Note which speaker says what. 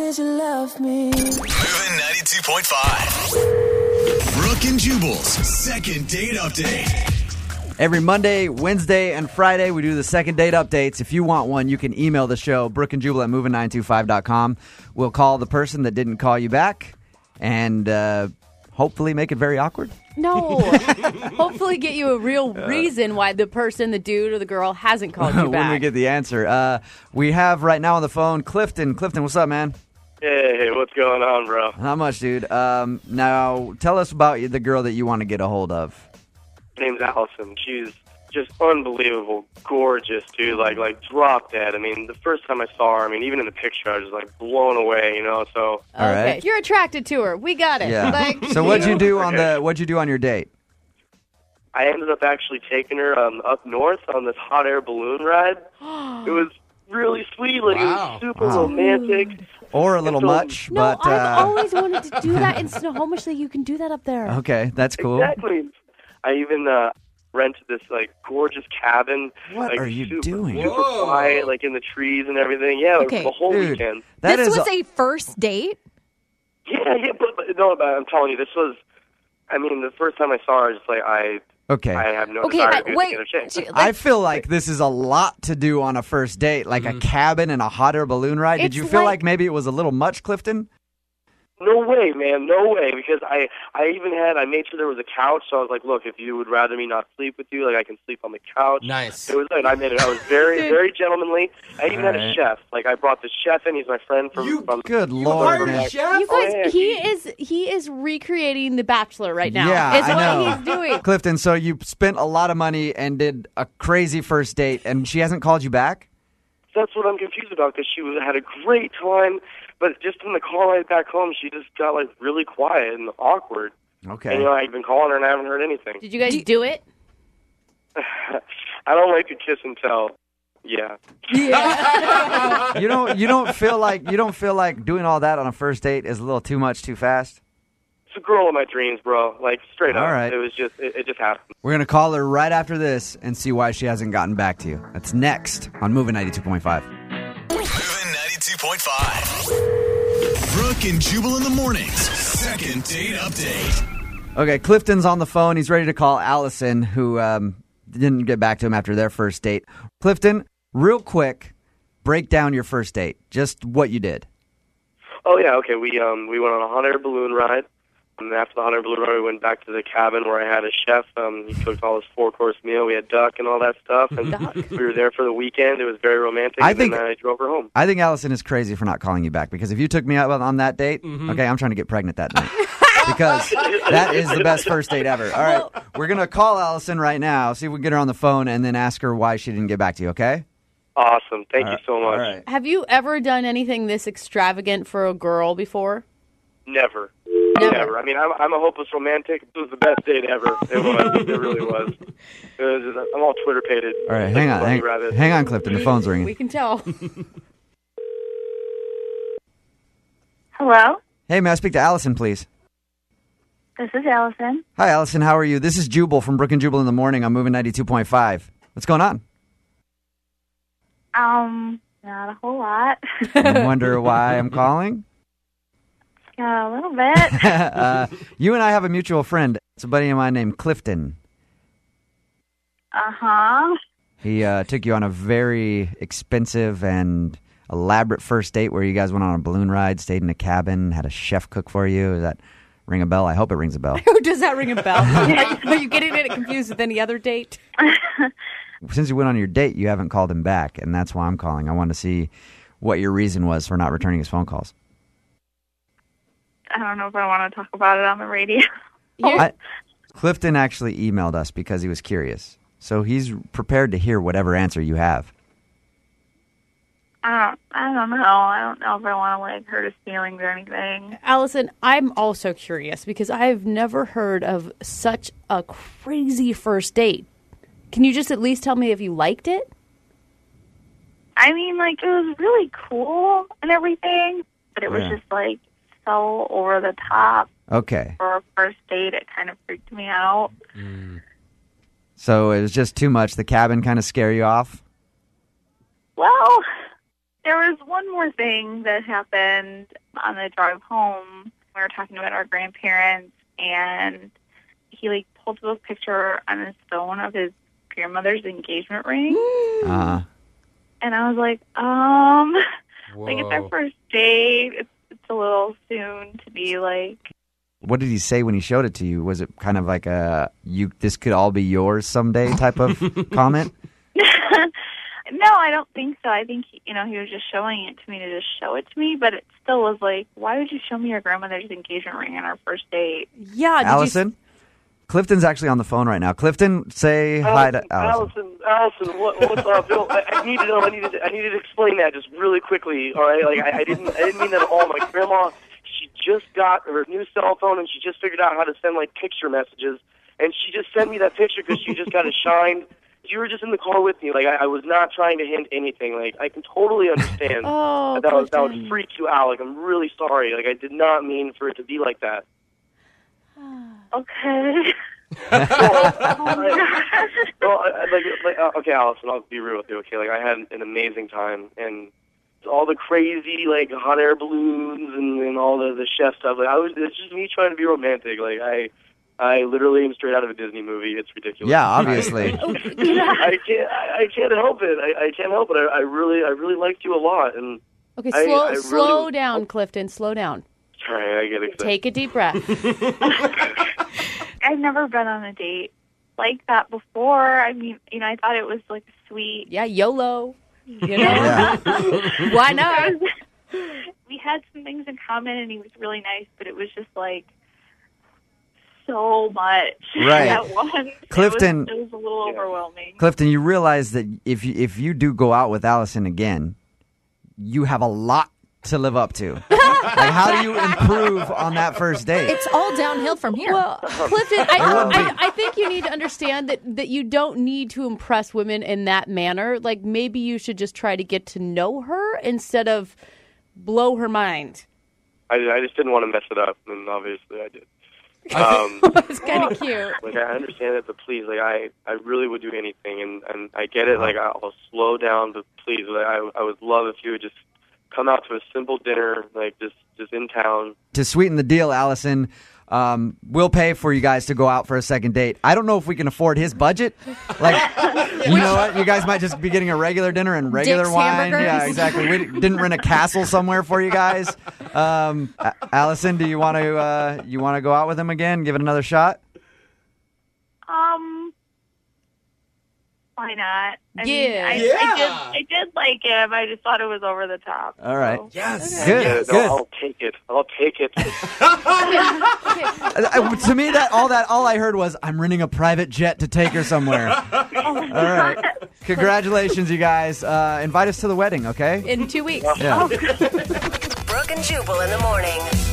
Speaker 1: did you love me?
Speaker 2: Moving 92.5. Brooke and Jubal's second date update.
Speaker 3: Every Monday, Wednesday, and Friday, we do the second date updates. If you want one, you can email the show, Brooke and Jubal at moving925.com. We'll call the person that didn't call you back and uh, hopefully make it very awkward.
Speaker 4: No. Hopefully, get you a real reason why the person, the dude or the girl, hasn't called you
Speaker 3: Uh, when we
Speaker 4: back.
Speaker 3: get the answer, uh, we have right now on the phone Clifton. Clifton, what's up, man?
Speaker 5: Hey, what's going on, bro?
Speaker 3: How much, dude? Um, now, tell us about the girl that you want to get a hold of.
Speaker 5: Her name's Allison. She's just unbelievable, gorgeous, dude. Like, like drop dead. I mean, the first time I saw her, I mean, even in the picture, I was just like blown away, you know. So
Speaker 3: All right.
Speaker 4: Okay, you're attracted to her. We got it.
Speaker 3: Yeah.
Speaker 4: Like,
Speaker 3: so what'd you do on the what'd you do on your date?
Speaker 5: I ended up actually taking her um, up north on this hot air balloon ride. it was really sweet. Like, it was super
Speaker 3: Wow.
Speaker 5: romantic.
Speaker 3: Or a little
Speaker 5: So-
Speaker 3: much,
Speaker 4: No,
Speaker 3: but
Speaker 4: I've
Speaker 3: uh, Oh,
Speaker 4: always wanted to do that in Snohomish. That you can do that up there.
Speaker 3: okay, that's cool.
Speaker 5: Exactly. I even uh, rented this like gorgeous cabin.
Speaker 3: What
Speaker 5: like,
Speaker 3: are you
Speaker 5: super,
Speaker 3: doing?
Speaker 5: Super quiet, like in the trees and everything. Yeah,
Speaker 6: Okay.
Speaker 5: the whole
Speaker 3: Dude,
Speaker 5: weekend.
Speaker 3: that
Speaker 6: this
Speaker 3: is
Speaker 6: was a first date.
Speaker 5: Yeah, yeah, but, but no, but I'm telling you, this was. I mean, the first time I saw her, just like I,
Speaker 3: okay.
Speaker 5: I have no
Speaker 6: Okay,
Speaker 5: desire
Speaker 6: but
Speaker 5: to be
Speaker 6: wait.
Speaker 5: with another chick.
Speaker 6: j-
Speaker 3: I
Speaker 6: like,
Speaker 3: feel like this is a lot to do on a first date, like a cabin and a hot air balloon ride. Did
Speaker 4: It's
Speaker 3: you feel like,
Speaker 4: like-
Speaker 3: maybe it was a little much, Clifton?
Speaker 5: No way, man, no way. Because I, I even had, I made sure there was a couch. So I was like, look, if you would rather me not sleep with you, like I can sleep on the couch.
Speaker 7: Nice.
Speaker 5: It was like I made it. I was very, very gentlemanly. I even had a
Speaker 3: Alright.
Speaker 5: chef. Like I brought the chef in. He's my friend from. from
Speaker 3: Good lord,
Speaker 7: Hired a
Speaker 3: man.
Speaker 7: chef?
Speaker 4: You guys,
Speaker 5: yeah,
Speaker 4: he is he is recreating The Bachelor right now.
Speaker 3: Yeah,
Speaker 4: is
Speaker 3: I
Speaker 4: what
Speaker 3: know.
Speaker 4: he's doing.
Speaker 3: Clifton, so you spent a lot of money and did a crazy first date, and she hasn't called you back?
Speaker 5: that's what I'm confused about. Because she was, had a great time, but just in the car ride back home, she just got like really quiet and awkward. And
Speaker 3: Okay.
Speaker 5: you know, I've been calling her and I haven't heard anything.
Speaker 4: Did you guys do it?
Speaker 5: I don't like to kiss and tell. Yeah.
Speaker 3: you don't you don't feel like you don't feel like doing all that on a first date is a little too much too fast?
Speaker 5: It's a girl of my dreams, bro. Like straight
Speaker 3: All
Speaker 5: up.
Speaker 3: right.
Speaker 5: It was just it, it just happened.
Speaker 3: We're gonna call her right after this and see why she hasn't gotten back to you. That's next on Moving 92.5.
Speaker 2: Moving 92.5. Brooke and Jubal in the mornings. Second date update.
Speaker 3: Okay, Clifton's on the phone. He's ready to call Allison, who um, didn't get back to him after their first date. Clifton, real quick, break down your first date. Just what you did.
Speaker 5: Oh yeah, okay. We um we went on a hot air balloon ride. And after the hot air balloon ride we went back to the cabin where I had a chef. Um he cooked all this four course meal. We had duck and all that stuff and we were there for the weekend. It was very romantic
Speaker 3: I
Speaker 5: and
Speaker 3: think-
Speaker 5: then I drove her home.
Speaker 3: I think Allison is crazy for not calling you back because if you took me out on that date, okay, I'm trying to get pregnant that night. because that is the best first date ever. All right, we're going to call Allison right now, see if we can get her on the phone, and then ask her why she didn't get back to you, okay?
Speaker 5: Awesome. Thank you so much.
Speaker 4: Have you ever done anything this extravagant for a girl before?
Speaker 5: Never. Never. I mean, I'm, I'm a hopeless romantic. It was the best date ever. It was. it really was. It was just, I'm all Twitter pated.
Speaker 3: All right, hang on. Hang, hang on, Clifton. The phone's
Speaker 4: We
Speaker 3: ringing.
Speaker 4: can tell.
Speaker 8: Hello,
Speaker 3: Hey, may I speak to Allison, please?
Speaker 8: this is Allison.
Speaker 3: Hi, Allison. How are you? This is Jubal from Brook and Jubal in the Morning. I'm moving 92.5. What's going on?
Speaker 8: Um, not a whole lot.
Speaker 3: I wonder why I'm calling.
Speaker 8: Yeah, Uh, a little bit.
Speaker 3: uh, you and I have a mutual friend. It's a buddy of mine named Clifton.
Speaker 8: Uh huh.
Speaker 3: He uh, took you on a very expensive and elaborate first date where you guys went on a balloon ride, stayed in a cabin, had a chef cook for you. Does that ring a bell? I hope it rings a bell.
Speaker 4: Who does that ring a bell? Are you, are you getting it confused with any other date?
Speaker 3: Since you went on your date, you haven't called him back, and that's why I'm calling. I want to see what your reason was for not returning his phone calls.
Speaker 8: I don't know if I want to talk about it on the radio.
Speaker 3: I, Clifton actually emailed us because he was curious. So he's prepared to hear whatever answer you have.
Speaker 8: I don't. I don't know. I don't know if I want to like hurt his feelings or anything.
Speaker 4: Allison, I'm also curious because I've never heard of such a crazy first date. Can you just at least tell me if you liked it?
Speaker 8: I mean, like it was really cool and everything, but it was
Speaker 3: Yeah.
Speaker 8: just like so over the top
Speaker 3: Okay.
Speaker 8: for a first date. It kind of freaked me out.
Speaker 3: So it was just too much. The cabin kind of scare you off.
Speaker 8: Well, there was one more thing that happened on the drive home. We were talking about our grandparents, and he like pulled up a picture on his phone of his grandmother's engagement ring,
Speaker 3: Uh,
Speaker 8: and I was like, um, like it's our
Speaker 1: Whoa.
Speaker 8: first date. It's, it's a little soon to be like
Speaker 3: what did he say when he showed it to you? Was it kind of like a "you this could all be yours someday" type of comment?
Speaker 8: no, I don't think so. I think you know he was just showing it to me to just show it to me, but it still was like, why would you show me your grandmother's engagement ring on our first date?
Speaker 4: Yeah, did you-
Speaker 3: Allison, Clifton's actually on the phone right now. Clifton, say hi to Allison.
Speaker 5: Allison, Allison, what, what's up? No, I, I need to know. I needed. to- I needed to explain that just really quickly. All right, like I, I didn't. I didn't mean that at all. My grandma, she just got her new cell phone and she just figured out how to send like picture messages. And she just sent me that picture because she just got it shined. You were just in the car with me. Like I, I was not trying to hint anything. Like I can totally understand.
Speaker 4: Oh,
Speaker 5: that was that would
Speaker 4: Clifton.
Speaker 5: freak you out. Like I'm really sorry. Like I did not mean for it to be like that.
Speaker 8: Okay.
Speaker 5: Well, I, I, like, like uh, okay, Allison, I'll be real with you. Okay, like I had an amazing time, and all the crazy like hot air balloons and, and all the the chef stuff. Like I was, it's just me trying to be romantic. Like I, I literally am straight out of a Disney movie. It's ridiculous.
Speaker 3: Yeah, obviously.
Speaker 5: I can't, I, I can't help it. I, I can't help it. I, I really, I really liked you a lot, and
Speaker 4: Okay,
Speaker 5: I-
Speaker 4: slow,
Speaker 5: I really oh.
Speaker 4: slow
Speaker 5: was-
Speaker 4: down, Clifton. Slow down.
Speaker 5: sorry, I get excited.
Speaker 4: Take a deep breath.
Speaker 8: I've never been on a date like that before. I mean, you know, I thought it was like sweet.
Speaker 4: Yeah, YOLO. You know,
Speaker 3: Yeah.
Speaker 4: why not?
Speaker 8: We had some things in common, and he was really nice, but it was just like so much
Speaker 3: Right.
Speaker 8: at once. It was-
Speaker 3: Clifton-
Speaker 8: it was, a little overwhelming.
Speaker 3: Clifton, you realize that if you, if you do go out with Allison again, you have a lot to live up to. like, how do you improve on that first date?
Speaker 6: It's all downhill from here.
Speaker 4: Well, Clifton, I, I, I think you need to understand that, that you don't need to impress women in that manner. Like, maybe you should just try to get to know her instead of blow her mind.
Speaker 5: I, I just didn't want to mess it up, and obviously I did.
Speaker 1: I
Speaker 5: Um,
Speaker 4: It's kind of cute.
Speaker 5: Like I understand that, but please, like I, I really would do anything, and and I get it. Like I'll slow down, but please, like I, I would love if you would just come out to a simple dinner, like just just in town.
Speaker 3: to sweeten the deal, Allison, um, we'll pay for you guys to go out for a second date. I don't know if we can afford his budget. Like, you know what? You guys might just be getting a regular dinner and regular
Speaker 6: Dick's
Speaker 3: wine. Yeah,
Speaker 6: hamburgers.
Speaker 3: exactly. We didn't rent a castle somewhere for you guys. Um, A- Allison, do you want to uh, you want to go out with him again? Give it another shot.
Speaker 8: Um, why not?
Speaker 4: Yeah.
Speaker 8: I mean, I,
Speaker 1: Yeah.
Speaker 8: I did. I did like him. I just thought it was over the top.
Speaker 3: All right.
Speaker 8: so.
Speaker 1: Yes. Oh.
Speaker 3: Good.
Speaker 5: Yeah, no,
Speaker 3: good.
Speaker 5: I'll take it. I'll take it.
Speaker 3: Uh, uh, to me, that all that all I heard was I'm renting a private jet to take her somewhere. all right. Congratulations, you guys. Uh, invite us to the wedding, okay?
Speaker 4: In two weeks.
Speaker 3: Yeah.
Speaker 7: Brooke and Jubal in the morning.